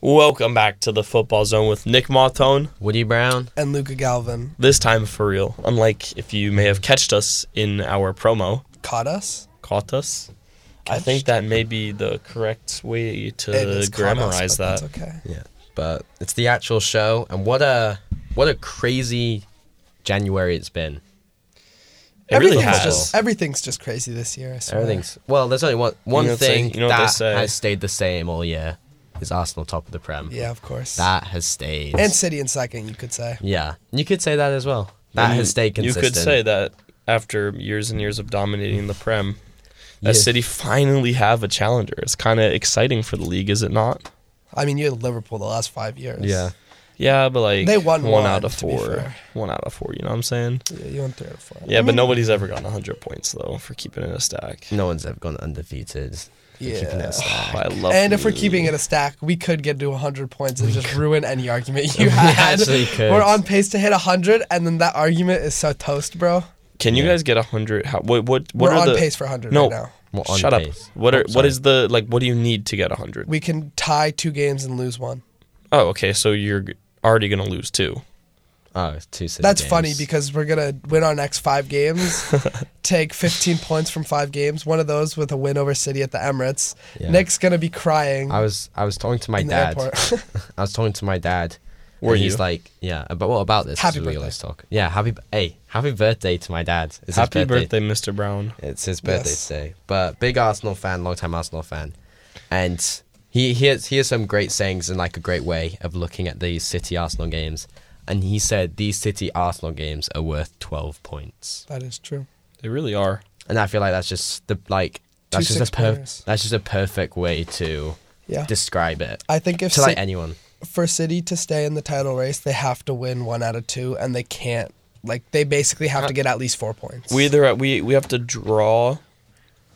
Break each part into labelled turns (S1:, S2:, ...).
S1: Welcome back to the Football Zone with Nick Martone.
S2: Woody Brown.
S3: and Luca Galvin
S1: This time for real. Unlike if you may have catched us in our promo,
S3: caught us.
S1: caught us. I think that may be the correct way to
S3: It is caught us,
S1: Uh, grammarize
S3: but
S1: that.
S3: That's okay.
S2: Yeah, but it's the actual show, and what a what a crazy January it's been.
S1: It really
S3: everything's
S1: has.
S3: just everything's just crazy this year. I swear.
S2: Everything's well. There's only one one
S1: know what they-
S2: thing
S1: you know what they
S2: that
S1: say.
S2: has stayed the same all year is Arsenal top of the prem.
S3: Yeah, of course.
S2: that has stayed.
S3: and City in second, you could say.
S2: yeah, you could say that as well. That
S1: And
S2: has stayed consistent.
S1: You could say that after years and years of dominating the Prem, that
S2: Yeah.
S1: City finally have a challenger. It's kind of exciting for the league, is it not?
S3: I mean, you had Liverpool the last five years.
S2: Yeah,
S1: Yeah, but like
S3: They won
S1: one
S3: one,
S1: out of
S3: to be
S1: four.
S3: fair.
S1: One out of four. You know what I'm saying?
S3: Yeah, you won three out of four.
S1: Yeah, but nobody's ever gotten 100 points though for keeping it a stack.
S2: no one's ever gone undefeated. They're keeping it
S3: Yeah.
S2: a stack.
S1: I love.
S3: And if we're
S1: you.
S3: keeping it a stack, we could get to 100 points and just ruin any argument you had.
S2: actually could.
S3: We're on pace to hit 100, and then that argument is so toast, bro.
S1: can you guys get 100? How, what what what
S3: We're
S1: are
S3: on
S1: the
S3: pace for 100
S1: No.
S3: right now.
S2: Well, on
S1: Shut
S2: pace.
S1: up. What
S2: Oh,
S1: are what
S2: sorry.
S1: is the like? What do you need to get 100?
S3: We can tie two games and lose one.
S1: Oh, okay. So you're g- already gonna lose two.
S2: Oh, it's two city
S3: That's
S2: games.
S3: funny because we're gonna win our next five games, take 15 points from five games. One of those with a win over City at the Emirates.
S2: Yeah.
S3: Nick's gonna be crying
S2: I was I was talking to my
S3: in the
S2: dad.
S3: airport.
S2: I was talking to my dad.
S1: Were
S2: and he's
S1: you?
S2: like, yeah, but what about this? 'Cause
S3: Happy
S2: we
S3: birthday.
S2: always talk. Yeah, happy. b- Hey, happy birthday to my dad. It's
S1: Happy
S2: his birthday.
S1: birthday, Mr. Brown.
S2: It's his birthday
S3: Yes.
S2: today. But big Arsenal fan, long time Arsenal fan, and he he has, he has some great sayings and like a great way of looking at these City Arsenal games. And he said these City Arsenal games are worth twelve points.
S3: that is true.
S1: They really are.
S2: And I feel like that's just the like that's
S3: Two
S2: just a per-
S3: six-pointers.
S2: that's just a perfect way to
S3: Yeah.
S2: describe it
S3: I think if
S2: to like
S3: Ci-
S2: anyone.
S3: for City to stay in the title race, they have to win one out of two, and they can't. Like they basically have to get at least four points.
S1: We either we we have to draw,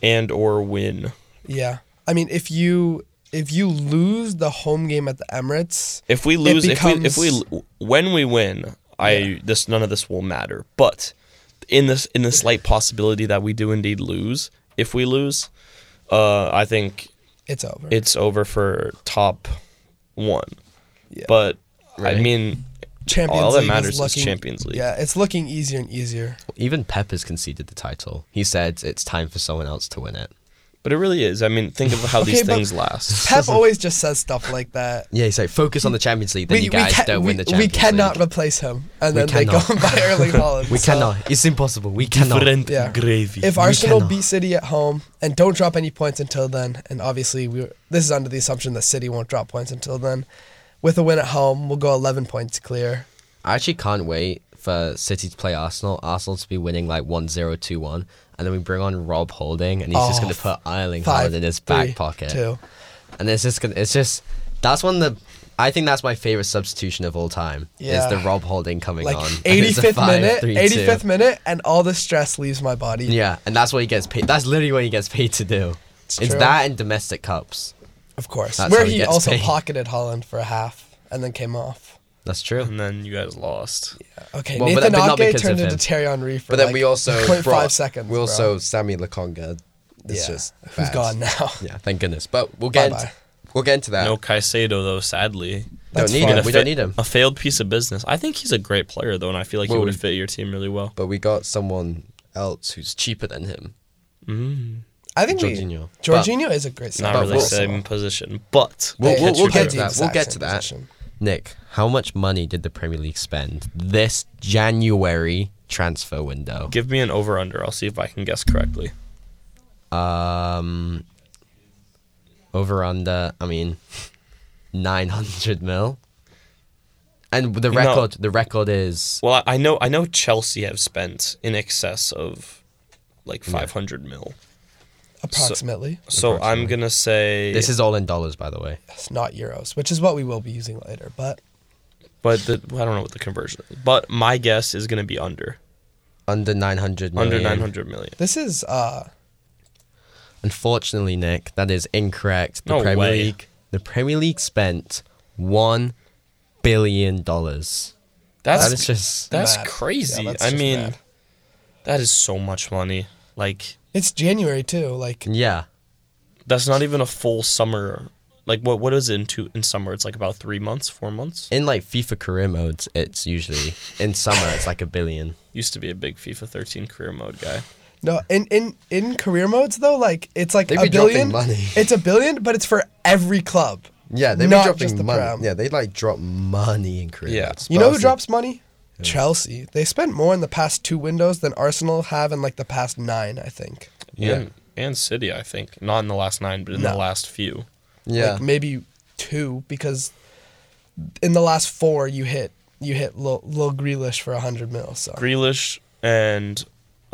S1: and or win.
S3: yeah. I mean, if you if you lose the home game at the Emirates,
S1: If we lose, if we if
S3: becomes-
S1: we when we win, I this none of this will matter. But in this in the slight possibility that we do indeed lose, if we lose, uh, I think
S3: it's over.
S1: it's over for top one.
S3: Yeah.
S1: But I
S2: Right.
S1: mean, all that matters is Champions League.
S3: Yeah, it's looking easier and easier.
S2: Even Pep has conceded the title. He said it's time for someone else to win it.
S1: but it really is. I mean, think of how these
S3: Okay, but-
S1: things last.
S3: Pep always just says stuff like that.
S2: Yeah, he's like, focus on the Champions League, then you guys
S3: ca-
S2: don't
S3: we,
S2: win the
S3: we
S2: Champions
S3: cannot
S2: League.
S3: replace him, and
S2: We
S3: then they go
S2: cannot.
S3: and buy Erling Haaland.
S2: We
S3: so-
S2: cannot. It's impossible. We cannot.
S3: Yeah.
S1: gravy.
S3: If Arsenal
S2: cannot.
S3: beat City at home and don't drop any points until then, and obviously we this is under the assumption that City won't drop points until then, with a win at home, we'll go 11 points clear.
S2: I actually can't wait for City to play Arsenal. Arsenal to be winning like 1 0 2 1. And then we bring on Rob Holding, and he's just
S3: Oh,
S2: going to put Erling
S3: Five
S2: Haaland in his
S3: three,
S2: back pocket.
S3: Two.
S2: And it's just, gonna, it's just, that's one of the, I think that's my favorite substitution of all time.
S3: Yeah.
S2: Is the Rob Holding coming
S3: Like
S2: on. And it's a
S3: 85th
S2: five,
S3: minute,
S2: three,
S3: 85th
S2: two.
S3: minute, and all the stress leaves my body.
S2: Yeah, and that's what he gets paid. That's literally what he gets paid to do. It's,
S3: true.
S2: that and domestic cups.
S3: Of course.
S2: That's
S3: Where
S2: how he
S3: he,
S2: gets
S3: also
S2: paid.
S3: pocketed Holland for a half and then came off.
S2: That's true.
S1: and then you guys lost.
S3: Okay,
S2: Well, but-
S3: Nathan
S2: but not
S3: Ake
S2: because
S3: turned
S2: of
S3: into
S2: him.
S3: Terry Henry for
S2: But then
S3: like
S2: we also
S3: 0.5
S2: brought-
S3: seconds.
S2: We also
S3: bro.
S2: Sammy Lakonga is just
S3: who's
S2: bad.
S3: gone now.
S2: Yeah, thank goodness. But we'll get
S3: Bye-bye.
S2: into, we'll get into that.
S1: No Caicedo though, sadly.
S2: don't
S3: That's
S2: need
S3: fine.
S2: him. We
S1: Fa-
S2: don't need him.
S1: A failed piece of business. I think he's a great player though, and I feel like he
S2: Well,
S1: would have
S2: we-
S1: fit your team really well.
S2: But we got someone else who's cheaper than him.
S3: I think
S2: Jorginho.
S3: we Jorginho is a great
S1: Not
S3: signing.
S1: really
S2: we'll-
S1: same position, but
S2: We'll,
S3: They
S2: we'll,
S3: had
S2: we'll
S3: cheaper
S2: get to
S3: than
S2: that.
S3: him.
S2: We'll
S3: Exact
S2: get
S3: same
S2: to that.
S3: position.
S2: Nick, how much money did the Premier League spend this January transfer window?
S1: give me an over under. I'll see if I can guess correctly.
S2: Um, over under. I mean, nine hundred mil. And the
S1: No.
S2: record, the record is
S1: Well, I I know I know Chelsea have spent in excess of like 500 mil.
S3: approximately.
S1: So I'm going to say
S2: This is all in dollars, by the way.
S3: It's not euros, which is what we will be using later. But
S1: but the, I don't know what the conversion is. But my guess is going to be under
S2: Under 900 million.
S1: under 900 million.
S3: this is uh
S2: Unfortunately, Nick, that is incorrect. The
S1: No
S2: Premier
S1: way.
S2: League, the Premier League spent one billion dollars.
S1: That's
S2: That is just
S1: that's
S3: mad. Yeah,
S1: crazy.
S3: that's
S1: I
S3: just
S1: mean
S3: mad.
S1: that is so much money. Like
S3: it's January too. Like
S2: yeah.
S1: that's not even a full summer like what what is it in two in summer? It's like about three months, four months.
S2: In like FIFA career modes, it's usually in summer it's like a billion.
S1: Used to be a big FIFA 13 career mode guy.
S3: No, in in in career modes though, like it's like
S2: They
S3: a
S2: be dropping
S3: billion.
S2: money.
S3: It's a billion, but it's for every club.
S2: Yeah, they
S3: Not
S2: be dropping
S3: just the
S2: money.
S3: Prem.
S2: Yeah, they like drop money in career
S1: Yeah.
S2: modes.
S3: You know who
S2: Barca-
S3: drops money? Chelsea. They spent more in the past two windows than Arsenal have in like the past nine, I think.
S2: Yeah.
S1: And, and City, I think. Not in the last nine, but in the
S3: No.
S1: last few.
S2: Yeah.
S3: Like maybe two because in the last four you hit you hit Lil, Lil Grealish for hundred mil. So
S1: Grealish and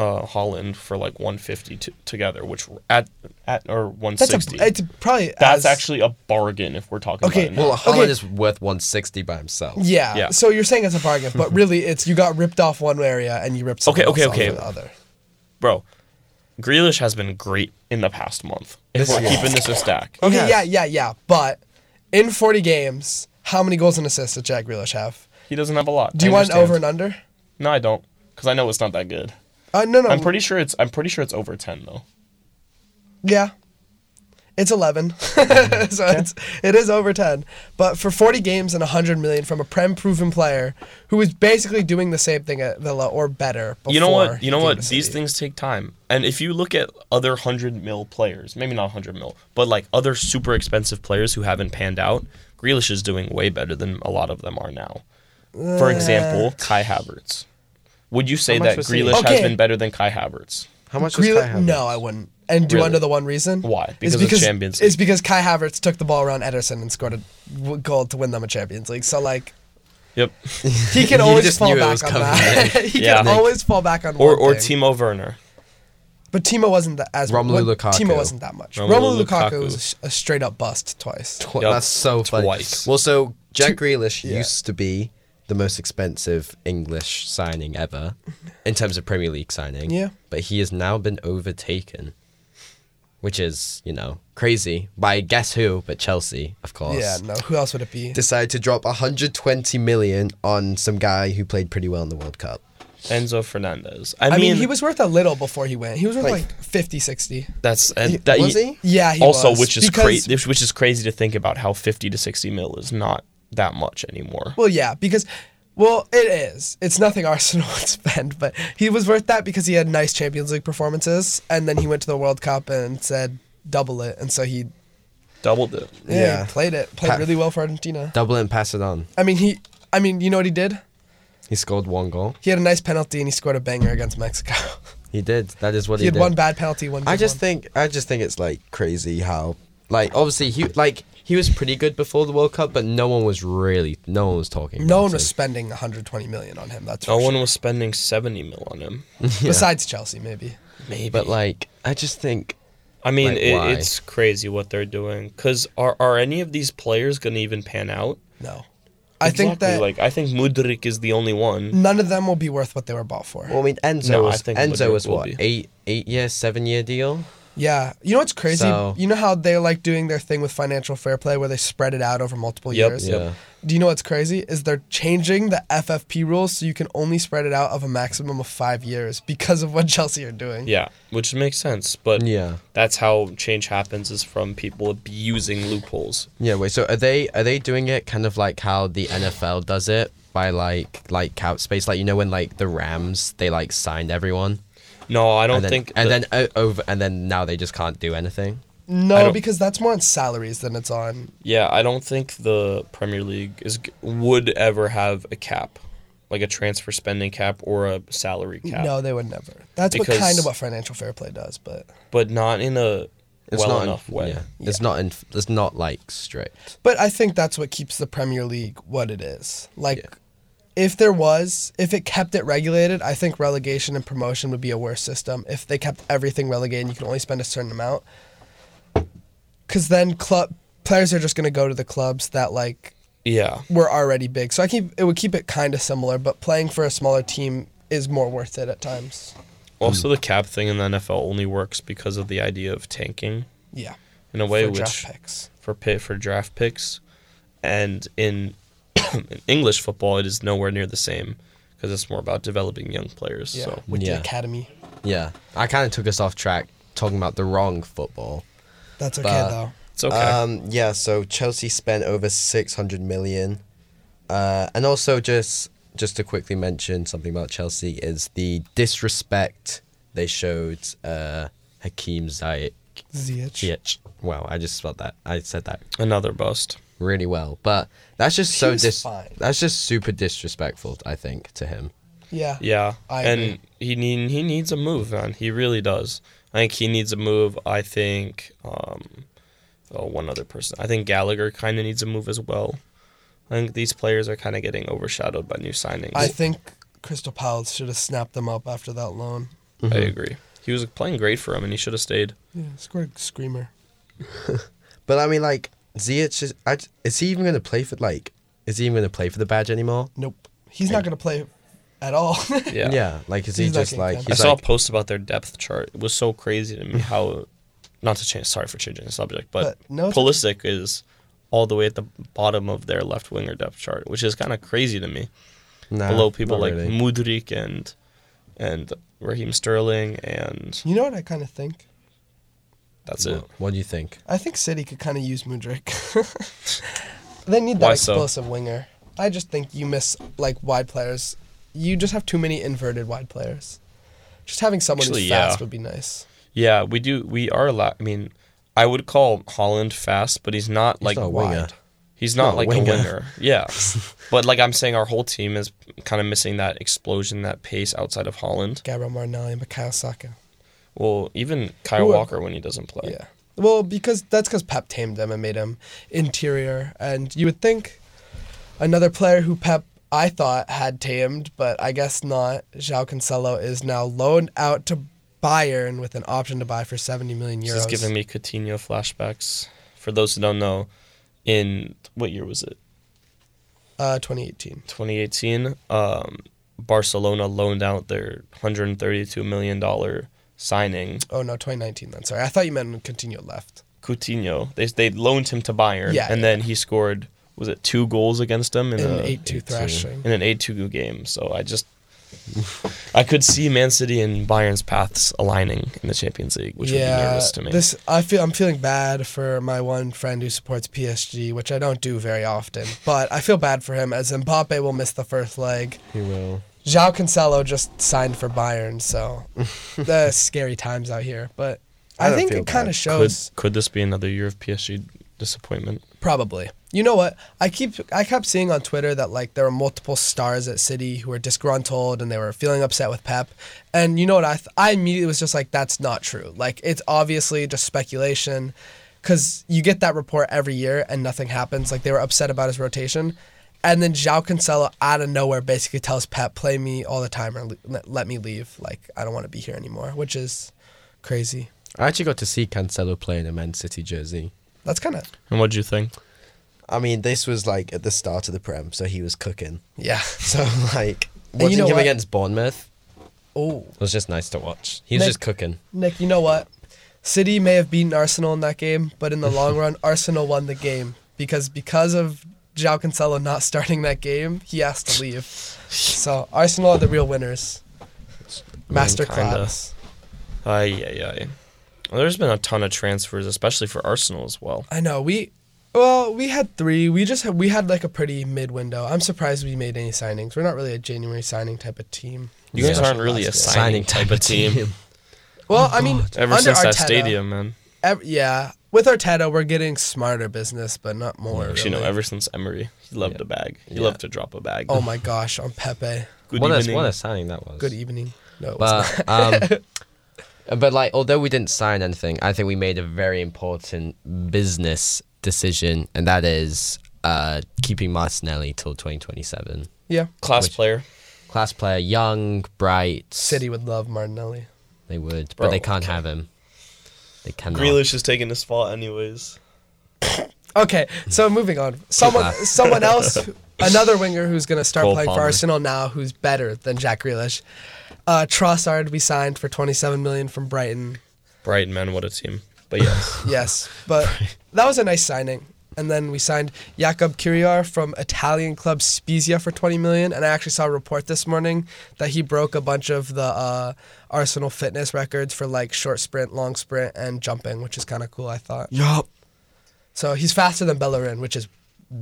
S1: uh, Holland for like 150 t- together, which were at at or 160.
S3: that's a, it's probably
S1: That's
S3: as-
S1: actually a bargain if we're talking
S3: Okay,
S1: about it. now.
S2: well, Holland
S3: Okay.
S2: is worth 160 by himself.
S3: yeah.
S1: Yeah.
S3: So you're saying it's a bargain, but really it's you got ripped off one area and you ripped someone
S1: Okay, okay,
S3: else off
S1: okay.
S3: the other.
S1: Bro, Grealish has been great in the past month. If
S2: This
S1: we're
S2: year.
S1: keeping this a stack.
S3: Okay,
S2: Yes.
S3: yeah, yeah, yeah. But in 40 games, how many goals and assists did Jack Grealish have?
S1: He doesn't have a lot.
S3: Do
S1: I
S3: you want an
S1: understand.
S3: over and under?
S1: No, I don't, because I know it's not that good.
S3: Uh, no, no.
S1: I'm pretty sure it's I'm pretty sure it's over 10 though.
S3: Yeah. It's 11. so it's, it is over 10. But for 40 games and 100 million from a Prem proven player who is basically doing the same thing at Villa or better. Before
S1: you know what? You know
S3: he came
S1: what?
S3: to
S1: These
S3: City.
S1: things take time. And if you look at other hundred mil players, maybe not hundred mil, but like other super expensive players who haven't panned out, Grealish is doing way better than a lot of them are now. For example, Kai Havertz. Would you say
S2: How much
S1: that
S2: was he?
S1: Grealish has
S3: Okay.
S1: been better than Kai Havertz?
S2: How much
S3: Greali-
S2: does Kai have?
S3: no, I wouldn't. And do you
S1: Really?
S3: want to know the one reason?
S1: Why?
S3: Is
S1: Because of Champions
S3: It's
S1: League.
S3: because Kai Havertz took the ball around Ederson and scored a w- goal to win them a Champions League. So, like,
S1: Yep.
S3: he can
S2: You
S3: always
S2: just
S3: fall
S2: knew it
S3: back
S2: was
S3: on
S2: coming,
S3: that. he
S1: Yeah.
S3: can always fall back on
S1: Or
S3: one
S1: or
S3: thing.
S1: Timo Werner.
S3: But Timo wasn't that as
S2: Romelu
S3: what-
S2: Lukaku.
S3: Timo wasn't that much.
S1: Romelu
S3: Romelu, Lukaku,
S1: Lukaku.
S3: was a, sh- a straight up bust twice.
S2: Tw-
S1: Yup.
S2: That's so funny.
S1: Twice.
S2: Well, so Jack Grealish
S3: yeah.
S2: used to be the most expensive English signing ever in terms of Premier League signing.
S3: Yeah.
S2: But he has now been overtaken, which is, you know, crazy by guess who, but Chelsea, of course.
S3: Yeah, no. Who else would it be?
S2: Decided to drop 120 million on some guy who played pretty well in the World Cup.
S1: Enzo Fernandez. I,
S3: I mean,
S1: mean,
S3: he was worth a little before he went. He was worth
S2: Like-
S3: like, 50, 60.
S1: that's and that
S2: was he?
S3: Yeah, he
S1: also,
S3: was,
S1: which is
S3: because-
S1: crazy, which is crazy to think about how fifty to sixty mil is not that much anymore.
S3: Well, yeah, because well, it is. It's nothing Arsenal would spend, but he was worth that because he had nice Champions League performances, and then he went to the World Cup and said double it, and so he
S1: Doubled it.
S3: yeah,
S2: Yeah.
S3: he played it, played
S2: Pa-
S3: really well for Argentina.
S2: Double it and pass it on.
S3: I mean, he. I mean, you know what he did?
S2: He scored one goal.
S3: He had a nice penalty and he scored a banger against Mexico.
S2: He did. That is what
S3: he
S2: he,
S3: had
S2: did.
S3: one bad penalty, one. Good
S2: I just
S3: one.
S2: think I just think it's like crazy how like obviously he like he was pretty good before the World Cup, but no one was really no one was talking.
S3: no
S2: about
S3: one
S2: him.
S3: was spending 120 million on him. That's for
S1: No
S3: sure.
S1: Oh, one was spending seventy mil on him.
S3: besides Chelsea, maybe.
S1: Maybe,
S2: But like I just think
S1: I mean,
S2: like,
S1: it,
S2: why?
S1: it's crazy what they're doing. Cause are are any of these players gonna even pan out?
S3: No, I think
S1: Exactly,
S3: that
S1: like I think Mudrik is the only one.
S3: none of them will be worth what they were bought for.
S2: well I mean Enzo
S1: No, I
S2: was
S1: think
S2: Enzo
S1: Mudryk
S2: was
S1: will
S2: what
S1: be.
S2: eight eight year seven year deal.
S3: Yeah. You know what's crazy?
S2: So-
S3: you know how they're like doing their thing with financial fair play where they spread it out over multiple
S1: Yep,
S3: years?
S2: yeah.
S3: Do you know what's crazy? Is they're changing the FFP rules so you can only spread it out of a maximum of five years because of what Chelsea are doing.
S1: Yeah, which makes sense. But
S2: Yeah.
S1: that's how change happens is from people abusing loopholes.
S2: Yeah, wait. So are they are they doing it kind of like how the NFL does it by like like cap space? Like you know when like the Rams they like signed everyone.
S1: No, I don't
S2: and then,
S1: think.
S2: and
S1: that-
S2: then o- over and then now they just can't do anything.
S1: I
S3: No,
S1: don't-
S3: because that's more on salaries than it's on.
S1: Yeah, I don't think the Premier League is g- would ever have a cap, like a transfer spending cap or a salary cap.
S3: No, they would never. That's
S1: Because-
S3: what kind of what financial fair play does, but
S1: but not in a well
S2: not
S1: enough
S2: in,
S1: way.
S2: Yeah, it's not in, it's not like strict.
S3: But I think that's what keeps the Premier League what it is. Like, if there was, if it kept it regulated, I think relegation and promotion would be a worse system. If they kept everything relegated and you can only spend a certain amount, because then club players are just going to go to the clubs that like
S1: Yeah,
S3: were already big. So I keep it would keep it kind of similar, but playing for a smaller team is more worth it at times.
S1: Also, the cap thing in the NFL only works because of the idea of tanking
S3: Yeah,
S1: in a way,
S3: for
S1: which
S3: draft picks.
S1: for pay, for draft picks, and in, in English football, it is nowhere near the same because it's more about developing young players.
S3: Yeah,
S1: So
S3: with
S2: Yeah.
S3: the academy.
S2: Yeah, I kind of took us off track talking about the wrong football.
S3: That's okay
S2: But
S3: though.
S1: It's okay.
S2: Um, yeah, so Chelsea spent over 600 million. Uh, and also just just to quickly mention something about Chelsea is the disrespect they showed uh, Hakim Ziyech.
S3: Ziyech.
S2: Ziyech. Wow, I just spelled that. I said that
S1: Another bust.
S2: really well. But that's just so
S3: was
S2: dis-
S3: fine.
S2: that's just super disrespectful, I think, to him.
S3: Yeah.
S1: Yeah,
S3: I
S1: and
S3: agree.
S1: he need, he needs a move, man. He really does. I think he needs a move. I think um, oh, one other person. I think Gallagher kind of needs a move as well. I think these players are kind of getting overshadowed by new signings.
S3: I think Crystal Palace should have snapped them up after that loan.
S1: I agree. He was playing great for him, and he should have stayed.
S3: Yeah, scored a screamer.
S2: But I mean, like Ziyech is. I, is he even going to play for like? Is he even going to play for the badge anymore?
S3: Nope. He's not going to play at all.
S1: Yeah.
S2: like is he
S3: He's not
S2: just
S3: getting
S2: like?
S3: done.
S1: I
S2: He's
S1: saw
S2: like,
S1: a post about their depth chart. It was so crazy to me how, not to change. Sorry for changing the subject, but,
S3: But no, it's
S1: Pulisic is all the way at the bottom of their left winger depth chart, which is kind of crazy to me.
S2: nah,
S1: below people
S2: not
S1: like
S2: really.
S1: Mudrik and and Raheem Sterling, and
S3: you know what I kind of think?
S1: that's
S2: Wha-
S1: it.
S2: What, do you think?
S3: I think City could kind of use Mudrik. they need that
S1: Why so?
S3: explosive winger. I just think you miss like wide players. You just have too many inverted wide players. Just having someone
S1: Actually,
S3: who's fast
S1: yeah.
S3: would be nice.
S1: Yeah, we do. We are. La- I mean, I would call Holland fast, but he's not like
S2: not a
S1: wide.
S2: winger.
S1: He's not,
S2: a
S1: like
S2: winger.
S1: a winger. Yeah, but like I'm saying, our whole team is kind of missing that explosion, that pace outside of Holland.
S3: Gabriel Martinelli and Mikhail Saka.
S1: Well, even Kyle
S3: Who-
S1: Walker when he doesn't play.
S3: Yeah. Well, because that's because Pep tamed him and made him interior, and you would think another player who Pep I thought had tamed, but I guess not. João Cancelo is now loaned out to Bayern with an option to buy for seventy million
S1: This
S3: euros.
S1: is giving me Coutinho flashbacks. For those who don't know, in what year was it?
S3: uh, 2018.
S1: 2018, um, Barcelona loaned out their 132 million dollar signing
S3: Oh no, 2019 then. Sorry, I thought you meant when Coutinho left.
S1: Coutinho. They they loaned him to Bayern,
S3: Yeah,
S1: and
S3: yeah.
S1: then he scored was it two goals against them in,
S3: In
S1: a-
S3: an 8-2 thrashing.
S1: in an 8-2 game. So I just I could see Man City and Bayern's paths aligning in the Champions League, which would be nervous to me.
S3: This I feel I'm feeling bad for my one friend who supports PSG, which I don't do very often. But I feel bad for him as Mbappe will miss the first leg.
S2: He will.
S3: João Cancelo just signed for Bayern, so the scary times out here. But
S2: I
S3: I,
S2: don't
S3: think
S2: feel
S3: it kind
S2: bad.
S1: could
S3: of shows.
S1: could this be another year of PSG disappointment?
S3: Probably. You know what? I keep I kept seeing on Twitter that like there were multiple stars at City who were disgruntled and they were feeling upset with Pep. And you know what? I th- I immediately was just like, that's not true. Like it's obviously just speculation, because you get that report every year and nothing happens. Like they were upset about his rotation, and then Jao Cancelo out of nowhere basically tells Pep, "Play me all the time or le- let- let me leave. Like I don't want to be here anymore," which is crazy.
S2: I actually got to see Cancelo play in a Man City jersey.
S3: That's kind of
S1: And what do you think?
S2: I mean, this was like at the start of the prem, so he was cooking.
S3: yeah.
S2: So like
S3: you
S2: watching
S3: know
S2: him
S3: what?
S2: against Bournemouth
S3: Oh.
S2: was just nice to watch. He was
S3: Nick-
S2: just cooking.
S3: Nick, you know what? City may have beaten Arsenal in that game, but in the long run, Arsenal won the game because because of João Cancelo not starting that game, he has to leave. So Arsenal are the real winners. Masterclass.
S1: Ay, ay, ay. Well, there's been a ton of transfers, especially for Arsenal as well.
S3: I know we. Well, we had three. We just had, we had like a pretty mid window. I'm surprised we made any signings. We're not really a January signing type of team.
S1: You guys
S2: Yeah.
S1: aren't really a
S2: Last year.
S1: signing, type of team.
S3: Well, I mean,
S1: Oh Ever
S3: under
S1: since that
S3: Arteta,
S1: stadium, man.
S3: ev- yeah, with Arteta, we're getting smarter business, but not more.
S1: Actually, no,
S3: really.
S1: ever since Emery. He loved a bag. He
S2: Yeah.
S1: loved to drop a bag.
S3: Oh my gosh, on Pepe.
S1: Good
S2: what, a,
S1: evening.
S2: what a signing that was.
S3: Good evening. No, it was not.
S2: But um, but like although we didn't sign anything, I think we made a very important business decision, and that is uh, keeping Martinelli till 2027.
S3: Yeah.
S1: Class
S2: Which-
S1: player.
S2: Class player, young, bright.
S3: City would love Martinelli.
S2: They would,
S1: Bro,
S2: but they can't have him. They cannot.
S1: Grealish is taking his spot anyways.
S3: Okay, so moving on. Someone
S2: laugh.
S3: someone else another winger who's gonna start
S1: Cole
S3: playing for
S1: Palmer.
S3: Arsenal now who's better than Jack Grealish. Uh Trossard we signed for twenty seven million from Brighton.
S1: Brighton, man, what a team. But yes.
S3: Yes. But that was a nice signing. And then we signed Jakob Kiriar from Italian club Spezia for 20 million. And I actually saw a report this morning that he broke a bunch of the uh, Arsenal fitness records for like short sprint, long sprint, and jumping, which is kind of cool, I thought.
S2: Yup.
S3: So he's faster than Bellerin, which is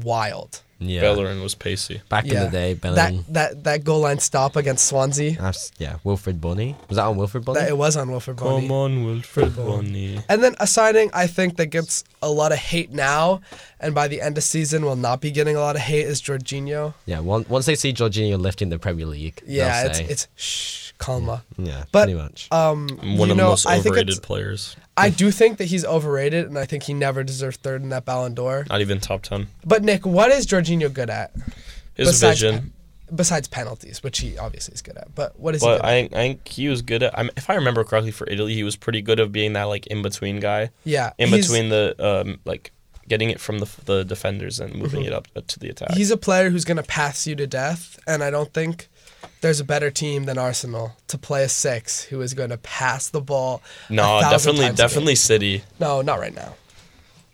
S3: wild.
S2: Yeah.
S1: Bellerin was pacey.
S2: Back in the day, Bellerin.
S3: That that that goal line stop against Swansea.
S2: That's- yeah, Wilfred Bonny. Was that on Wilfred Bonny?
S3: That it was on Wilfred Bonny.
S1: Come on, Wilfred Bonny.
S3: And then a signing I think that gets a lot of hate now, and by the end of season will not be getting a lot of hate is Jorginho.
S2: yeah, once, once they see Jorginho lifting the Premier League, they'll
S3: Yeah, it's
S2: say-
S3: it's shh, calma.
S2: yeah,
S3: but-
S2: pretty much.
S3: Um,
S1: One
S3: you
S1: of the
S3: know,
S1: most
S3: I think
S1: overrated
S3: it's,
S1: players.
S3: I do think that he's overrated, and I think he never deserved third in that Ballon d'Or.
S1: Not even top ten.
S3: But Nick, what is Jorginho good at
S1: His
S3: Besides
S1: vision,
S3: besides penalties, which he obviously is good at? But what is he?
S1: but
S3: Good
S1: I,
S3: at?
S1: I think he was good at. I'm, if I remember correctly, for Italy, he was pretty good of being that like in between guy,
S3: Yeah,
S1: in
S3: he's-
S1: between the um like getting it from the the defenders and moving it up uh, to the attack.
S3: Mhm. He's a player who's going to pass you to death, and I don't think there's a better team than Arsenal to play a six who is going to pass the ball. a
S1: no,
S3: thousand
S1: definitely,
S3: times a game.
S1: definitely City.
S3: No, not right now.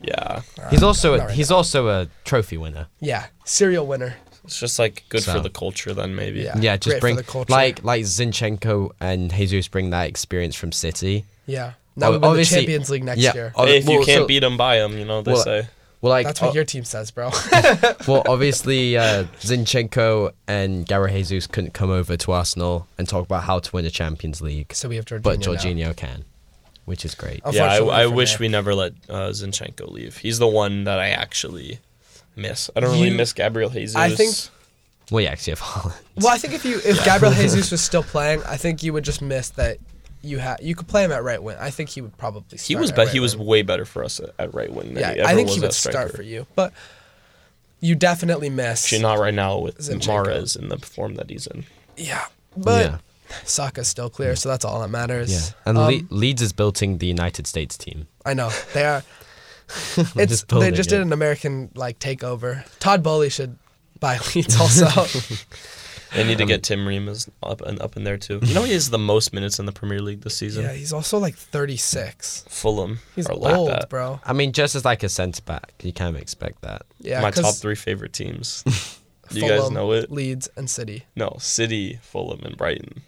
S1: Yeah,
S2: he's also
S3: not
S2: a,
S3: right
S2: he's also a trophy winner.
S3: Yeah, serial winner.
S1: it's just like good
S2: So-
S1: for the culture then maybe.
S3: Yeah.
S2: Yeah,
S3: great
S2: just
S3: for
S2: bring
S3: the culture.
S2: like like Zinchenko and Jesus bring that experience from City.
S3: Yeah. Now
S2: Ob-
S3: we win the
S2: obviously-
S3: Champions League next
S2: yeah,
S3: year.
S2: ob-
S1: If you
S2: well,
S1: can't
S2: so-
S1: 'em, beat them, buy them. You know they
S2: well,
S1: say.
S2: well, like
S3: That's what
S1: oh.
S2: o-
S3: your team says, bro.
S2: well, obviously uh, Zinchenko and Gary Jesus couldn't come over to Arsenal and talk about how to win a Champions League,
S3: so we have Jorginho.
S2: but
S3: now.
S2: Jorginho can, which is great.
S3: Oh,
S1: Yeah, I,
S3: Unfortunately
S1: I
S3: for
S1: wish
S3: Nick.
S1: we never let uh, Zinchenko leave. He's the one that I actually miss. I don't
S3: You-
S1: really miss Gabriel Jesus.
S3: I think-
S2: Well, you actually have Holland.
S3: Well, I think if you if Gabriel Jesus was still playing, I think you would just miss that you ha- you could play him at right wing. I think he would probably
S1: he
S3: start
S1: was
S3: at
S1: be-
S3: right
S1: he was
S3: wing.
S1: way better for us at, at right wing. Than
S3: Yeah,
S1: he ever
S3: I think
S1: was
S3: he
S1: at
S3: would start
S1: striker.
S3: for you, but you definitely miss.
S1: Actually, not right now with
S3: Zinchenko.
S1: Mares in the form that he's in.
S3: Yeah, but
S2: Yeah.
S3: Saka's still clear, so that's all that matters.
S2: Yeah, and
S3: Um,
S2: Le- Leeds is building the United States team.
S3: I know they are. It's
S2: Just
S3: they
S2: building
S3: just
S2: it.
S3: did an American like takeover. Todd Bowley should buy Leeds also.
S1: They need to get Tim Reams up and up in there too. You know he has the most minutes in the Premier League this season.
S3: yeah, he's also like 36.
S1: Fulham
S3: He's
S1: are like
S3: old,
S1: that.
S3: bro.
S2: I mean, just as like a centre back, you kind of expect that.
S3: Yeah,
S1: My
S3: 'cause
S1: top three favorite teams. Do you guys
S3: Fulham,
S1: know it?
S3: Leeds and City.
S1: No, City, Fulham, and Brighton.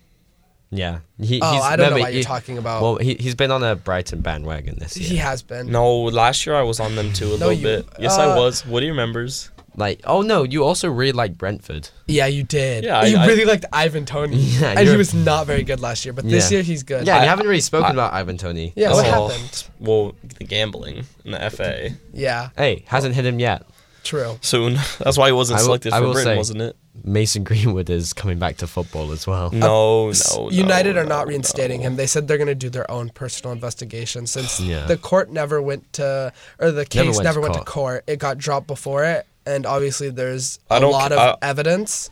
S2: Yeah. He,
S3: Oh, I don't know
S2: remember,
S3: what you're
S2: he-
S3: talking about.
S2: Well, he, he's been on a Brighton bandwagon this year.
S3: He has been.
S1: No, last year I was on them too a
S3: No,
S1: little
S3: you-
S1: bit. Yes,
S3: uh,
S1: I was. Woody remembers.
S2: Like, oh no, you also really like Brentford.
S3: Yeah, you did.
S1: Yeah, I-
S3: you
S1: I-
S3: really liked Ivan Tony,
S2: Yeah,
S3: and he
S2: you're-
S3: was not very good last year. But this
S2: Yeah.
S3: year he's good.
S2: Yeah,
S3: I-
S2: we haven't really spoken
S1: I-
S2: about Ivan Tony.
S3: Yeah,
S2: That's
S3: what
S2: all.
S1: Oh,
S3: happened?
S1: Well, the gambling in the FA.
S3: yeah,
S2: Hey, hasn't hit him yet.
S3: true.
S1: soon. That's why he wasn't
S2: I will-
S1: selected
S2: I
S1: for
S2: will
S1: Britain,
S2: say-
S1: wasn't it?
S2: Mason Greenwood is coming back to football as well.
S3: Mm.
S1: No,
S3: S-
S1: no.
S3: United
S1: no,
S3: are not
S1: no,
S3: reinstating
S1: no.
S3: him. They said they're going to do their own personal investigation since
S2: Yeah.
S3: the court never went to, or the case
S2: went to
S3: never went to
S2: court.
S3: court. It got dropped before it, and obviously there's
S1: I
S3: a
S1: don't-
S3: lot of
S1: I-
S3: evidence.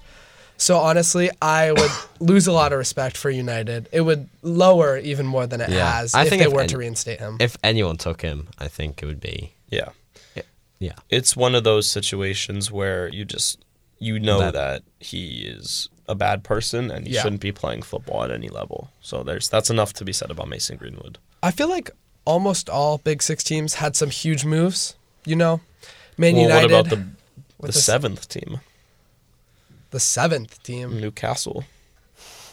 S3: So honestly, I would lose a lot of respect for United. It would lower even more than it
S2: Yeah.
S3: has
S2: I
S3: if
S2: think
S3: they
S2: if
S3: were
S2: any-
S3: to reinstate him.
S2: If anyone took him, I think it would be.
S1: Yeah,
S2: Yeah.
S1: it's one of those situations where you just you know
S2: That-
S1: that, he is a bad person and he
S3: Yeah.
S1: shouldn't be playing football at any level. So there's that's enough to be said about Mason Greenwood.
S3: I feel like almost all Big Six teams had some huge moves. You know, Man
S1: well,
S3: United,
S1: what about the the
S3: with this-
S1: seventh team,
S3: the seventh team.
S1: Newcastle?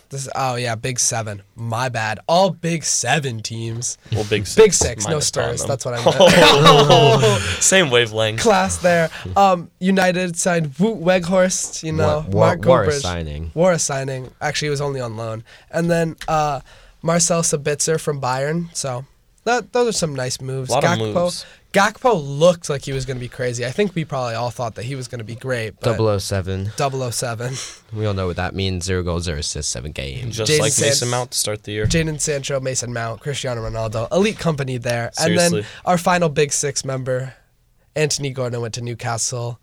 S3: This oh yeah, Big Seven. My bad. All Big Seven teams.
S1: Well, big six,
S3: Big Six, no
S1: minus
S3: Spurs.
S1: Tottenham.
S3: That's what I meant.
S1: Same wavelength.
S3: Class there. Um, United signed Woot Weghorst. You know,
S2: Wa- Wa-
S3: Mark
S2: War is
S3: Gorbridge.
S2: signing.
S3: War is signing. Actually, he was only on loan. And then uh, Marcel Sabitzer from Bayern. So that, those are some nice moves.
S1: Lot of moves.
S3: Gakpo looked like he was going to be crazy. I think we probably all thought that he was going to be great. But
S1: oh.
S2: 007.
S3: 007.
S2: We all know what that means. Zero goals, zero assists, seven games.
S1: Just
S3: Jaden
S1: like
S3: Sands-
S1: Mason Mount to start the year.
S3: Jaden Sancho, Mason Mount, Cristiano Ronaldo, elite company there. And then
S1: Seriously.
S3: our final big six member, Anthony Gordon, went to Newcastle.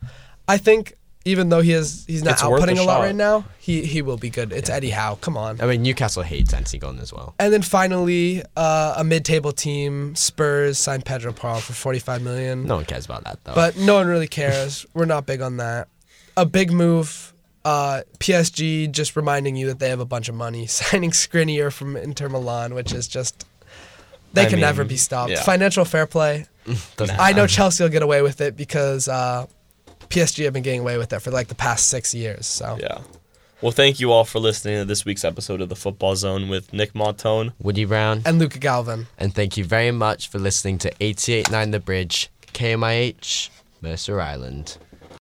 S3: I think even though he is he's not
S1: It's worth
S3: outputting
S1: a
S3: a, lot
S1: shot.
S3: right now, he he will be good. It's Eddie Howe. Come on.
S2: I mean, Newcastle hates Antigone as well.
S3: And then finally, uh, a mid-table team, Spurs signed Pedro Paul for 45 million.
S2: No one cares about that though.
S3: But no one really cares. We're not big on that. A big move. Uh, PSG just reminding you that they have a bunch of money. Signing Skriniar from Inter Milan, which is just they
S1: I
S3: can
S1: mean,
S3: never be stopped.
S1: yeah.
S3: Financial fair play.
S2: Doesn't-
S3: I know Chelsea will get away with it because uh, PSG have been getting away with it for like the past six years. So
S1: Yeah. Well, thank you all for listening to this week's episode of the Football Zone with Nick Montone.
S2: Woody Brown.
S3: and Luca Galvin.
S2: And thank you very much for listening to 889 The Bridge. KMIH, Mercer Island.